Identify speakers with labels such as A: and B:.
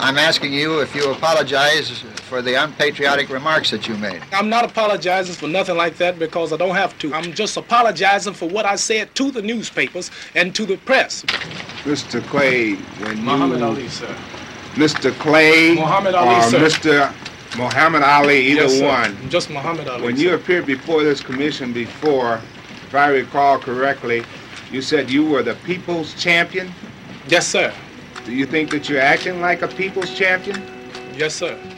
A: I'm asking you if you apologize for the unpatriotic remarks that you made.
B: I'm not apologizing for nothing like that because I don't have to. I'm just apologizing for what I said to the newspapers and to the press.
C: Mr. Clay, when
B: Muhammad
C: you,
B: Ali, sir.
C: Mr. Clay
B: Muhammad
C: or
B: Ali, sir.
C: Mr. Muhammad Ali, either
B: Yes, sir.
C: one.
B: I'm just Muhammad Ali.
C: When
B: sir.
C: you appeared before this commission before, if I recall correctly, you said you were the people's champion.
B: Yes, sir.
C: Do you think that you're acting like a people's champion?
B: Yes, sir.